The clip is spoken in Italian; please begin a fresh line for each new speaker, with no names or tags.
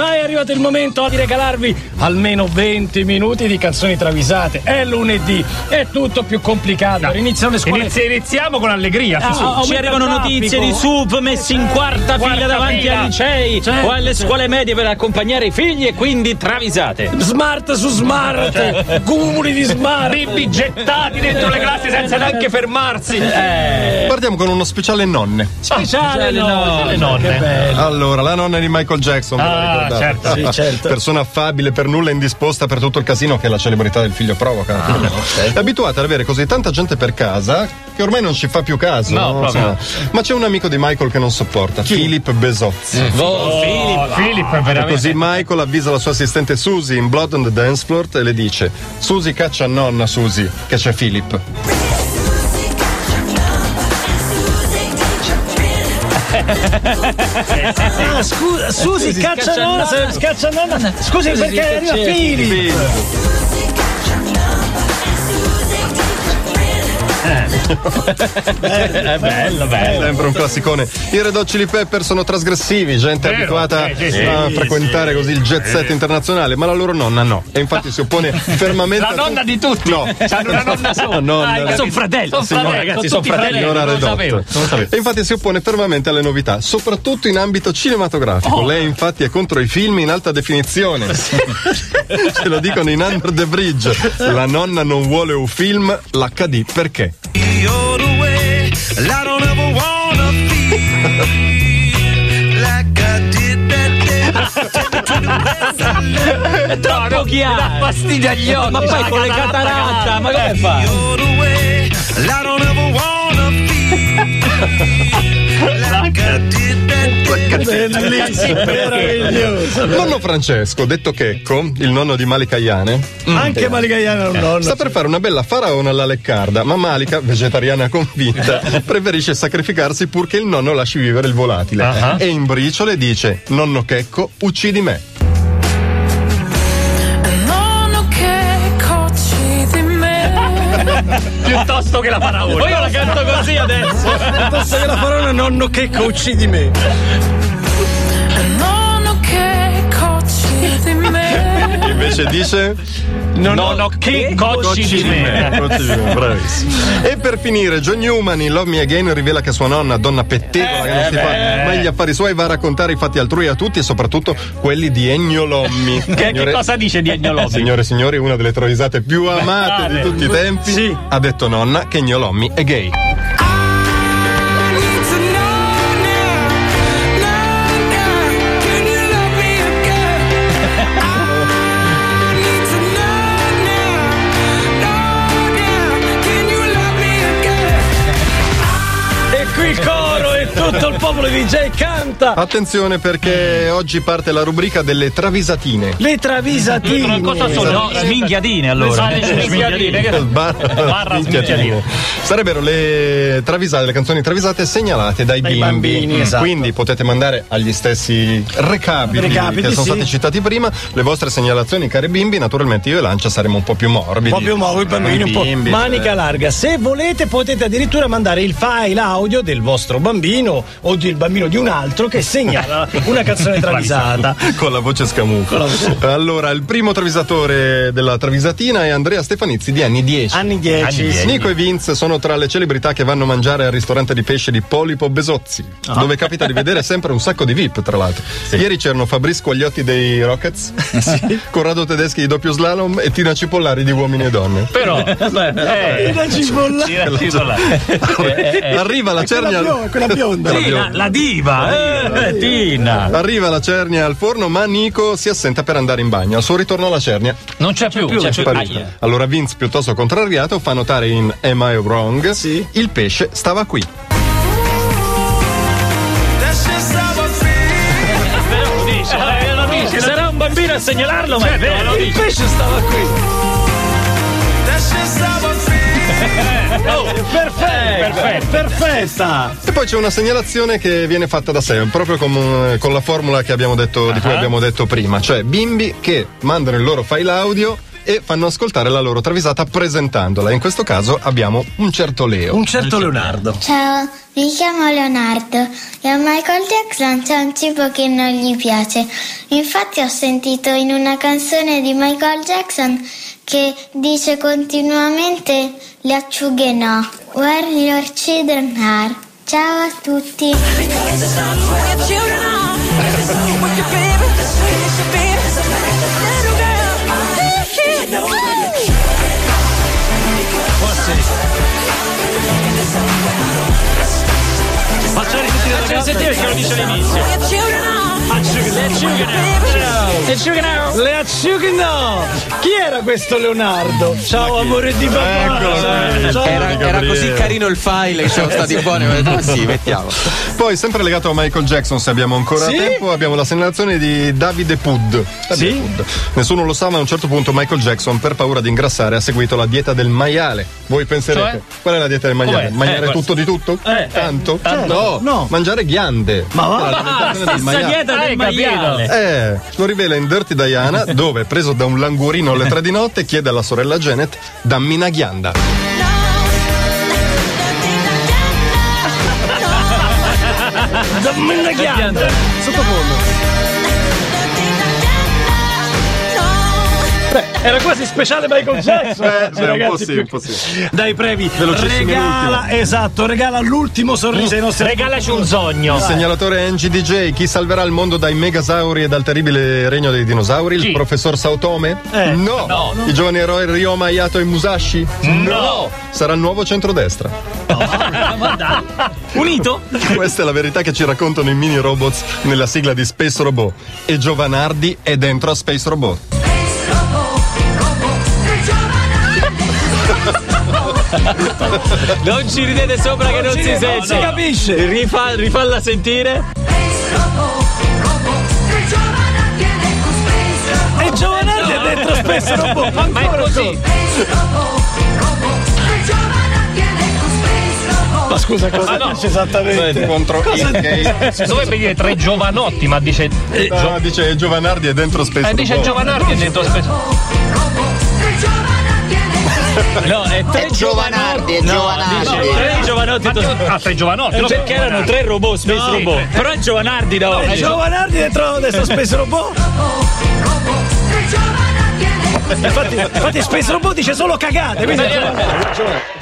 Ah, è arrivato il momento di regalarvi almeno 20 minuti di canzoni travisate. È lunedì, è tutto più complicato. Iniziano le scuole.
Inizi- iniziamo con allegria.
Ah,
sì, sì.
ah,
Ci
aumenta
arrivano
il traffico.
notizie di sub messi in quarta fila
Certo. quarta
davanti
fila.
ai licei
Certo,
o alle scuole medie per accompagnare i figli e quindi travisate.
Smart su smart, cumuli di smart.
Ah, cioè, Bimbi gettati dentro le classi senza neanche fermarsi.
Partiamo con uno speciale nonne.
Eh, Speciale
le
no.
nonne.
Allora, la nonna di Michael Jackson, ve la
Ah,
ricordate?
certo.
Sì, certo.
Persona affabile, per nulla indisposta per tutto il casino che la celebrità del figlio provoca.
Ah,
È abituata ad avere così tanta gente per casa che ormai non ci fa più caso.
No, proprio.
Insomma. Ma c'è un amico di Michael che non sopporta, Philip Besozzi.
Oh, Filippo. Filippo,
E
veramente.
così Michael avvisa la sua assistente Susie in Blood on the Dance Floor e le dice: Susie caccia nonna Susie, che c'è Philip.
Ah, scusa, Susi, scaccia nonna, se- scaccia nonna. Scusi, perché arriva Fili.
È bello, bello.
Sempre un classicone. I Red Hot Chili Pepper sono trasgressivi, gente
Vero,
abituata
eh, sì, sì.
a
Sì, Eh.
frequentare così il jet set internazionale, ma la loro nonna no. E infatti si oppone fermamente.
La
a
nonna di Eh, tutti.
No.
C'hanno una nonna sola.
La nonna.
Dai,
Sono fratelli.
Sono
Signora,
fratelli, ragazzi, sono
tutti
fratelli.
Signora
Non
Red
lo
Hot.
sapevo. Non lo sapevo.
E infatti si oppone fermamente alle novità, soprattutto in ambito cinematografico.
Oh.
Lei infatti è contro i film in alta definizione. Ce lo dicono in Under the Bridge. La nonna non vuole un film, l'HD perché?
You're the way that I don't ever wanna feel like I did that day.
È troppo
Dà
chiaro.
fastidio agli occhi.
Ma poi con le cataratta, ma come fa?
You're the way that I don't ever wanna feel like I did that day.
Nonno Francesco, detto Checco, il nonno di Malika Iane,
Mm.
Eh.
Anche Maligaiana è un nonno.
Sta per fare una bella faraona alla leccarda, ma Malika, vegetariana convinta, preferisce sacrificarsi purché il nonno lasci vivere il volatile.
Ah.
E in briciole dice: Nonno Checco, uccidi me.
Nonno che cocci di me
Piuttosto che la faraona.
Poi io la canto così adesso.
Posso che la farò una nonno che cocci di me.
Nonno che cocci di me
Invece dice:
No, no, no, che cocci di me.
Uccidi me, bravissimo. E per finire, John Newman in Love Me Again rivela che sua nonna, donna pettegola, che non
Eh,
si fa mai gli affari suoi, va a raccontare i fatti altrui a tutti e soprattutto quelli di Ennio Lommi.
Che, che
Signore-
cosa dice di Ennio Lobby?
Eh, Signore e signori, una delle travisate più amate di tutti i tempi.
Sì.
Ha detto nonna che Gnolommi è gay.
I need to know now Nonna can you love me again I need to know now Nonna can you love me again
E qui il coro e tutto il popolo di DJ canta.
Attenzione
Mm.
perché oggi parte la rubrica delle travisatine.
Le travisatine.
Cosa sono?
No, sminchiadine allora.
Ah, le sminchiadine, che-
Barra,
Barra sminchiatine.
Sarebbero le travisate, le canzoni travisate segnalate dai, bimbi. Mm,
bambini, esatto.
Quindi potete mandare agli stessi recapiti,
Recapiti,
che sono
sì.
stati citati prima le vostre segnalazioni, cari bimbi. Naturalmente io e Lancia saremo un po' più morbidi.
Proprio nuovo i bambini, un po'
Bimbi,
manica
eh.
larga. Se volete potete addirittura mandare il file audio del vostro bambino o del bambino di un altro che segnala una canzone travisata.
con la voce scamuca. Allora, il primo travisatore della travisatina è Andrea Stefanizzi di anni 10.
Anni 10. sì.
Nico e Vince sono tra le celebrità che vanno a mangiare al ristorante di pesce di Polipo Besozzi, dove capita di vedere sempre un sacco di VIP, tra l'altro. Ieri c'erano Fabrizio Quagliotti dei Rockets, Corrado Tedeschi di doppio slalom e Tina Cipollari di Uomini e Donne.
Però, eh,
La cipolla.
tira- tira là.
Arriva la cernia.
bio- quella bionda.
Quella bionda.
Tina, la diva, eh, Tina.
Arriva la cernia al forno, ma Nico si assenta per andare in bagno. Al suo ritorno alla cernia
non c'è più. c'è più.
Sparita. Allora Vince, piuttosto contrariato, fa notare in Am I Wrong?
Sì.
Il pesce stava qui.
That's just how I feel.
Ah,
Eh, lo dice, Sarà un bambino a segnalarlo,
Certo,
ma è vero.
Il pesce stava qui.
That's just how I feel.
Perfetta. Perfetta.
E poi c'è una segnalazione che viene fatta da sé, proprio com- con la formula che abbiamo detto, di cui abbiamo detto prima, cioè bimbi che mandano il loro file audio. e fanno ascoltare la loro travisata presentandola. In questo caso abbiamo un certo Leo.
Un certo Leonardo.
Ciao, mi chiamo Leonardo e a Michael Jackson c'è un cibo che non gli piace. Infatti ho sentito in una canzone di Michael Jackson che dice continuamente le acciughe no. Where your children are. Ciao a tutti.
Facciamo tutti la ragazza che lo dice all'inizio. Acciugano, acciugano. Acciugano.
Le acciughe no! Chi era questo Leonardo? Ciao amore di
Ecco, eh,
Eccolo
papà!
qui.
Ciao.
Era,
Gabriele.
era così carino il file che sono stati buoni. ho detto, "Ma Sì, mettiamo.
Poi, sempre legato a Michael Jackson, se abbiamo ancora
Sì?
tempo, abbiamo la segnalazione di Davide Pud. Davide
Sì?
Pud. Nessuno lo sa, ma a un certo punto Michael Jackson, per paura di ingrassare, ha seguito la dieta del maiale. Voi penserete,
Cioè?
qual è la dieta del maiale?
Com'è?
Mangiare
Eh,
tutto di tutto?
eh,
tanto?
tanto.
No,
Cioè, No.
mangiare ghiande.
Ma va-
È l'alimentazione del
Stessa
maiale.
dieta del
Hai
maiale.
capito?
Eh, lo rivela in Dirty Diana, dove, preso da un langurino alle tre di notte, chiede alla sorella Janet, dammi una ghianda.
Dammi una ghianda! Era quasi speciale Michael Jackson!
beh, un po'
Ragazzi,
sì,
più-
un po' sì.
Dai Previ,
Velocissimi
regala, esatto, regala l'ultimo sorriso ai nostri
Regalaci un sogno.
Segnalatore NGDJ, chi salverà il mondo dai megasauri e dal terribile regno dei dinosauri? Il
Chi?
professor Sautome?
Eh,
no. I giovani eroi Ryoma, Yato e Musashi? No! Sarà il nuovo centrodestra.
Unito?
Questa è la verità che ci raccontano i mini robots nella sigla di Space Robot. E Giovanardi è dentro a Space Robot.
Non ci ridete sopra che non si
Non si
sente.
capisce!
Rifa- rifalla sentire.
E Giovanardi è dentro spesso un po'
Ma è così.
Ma scusa, cosa
Ah, no.
dice esattamente?
Contro EK.
Dovrebbe dire tre giovanotti, ma dice. eh, gio-
No, dice Giovanardi è dentro Space
eh, dice
boh.
Robot.
giovanotti dentro aspetta.
No, è tre
Giovanardi, è Giovanardi.
Tre giovanotti.
Ma che- Ah, tre giovanotti,
Eh, cioè,
no?
Perché erano tre robot, Space
No.
Robot. Però è Giovanardi da
E
oggi.
Giovanardi dentro adesso Space Robot? cioè, eh, Infatti, infatti Space Robot dice solo cagate, quindi...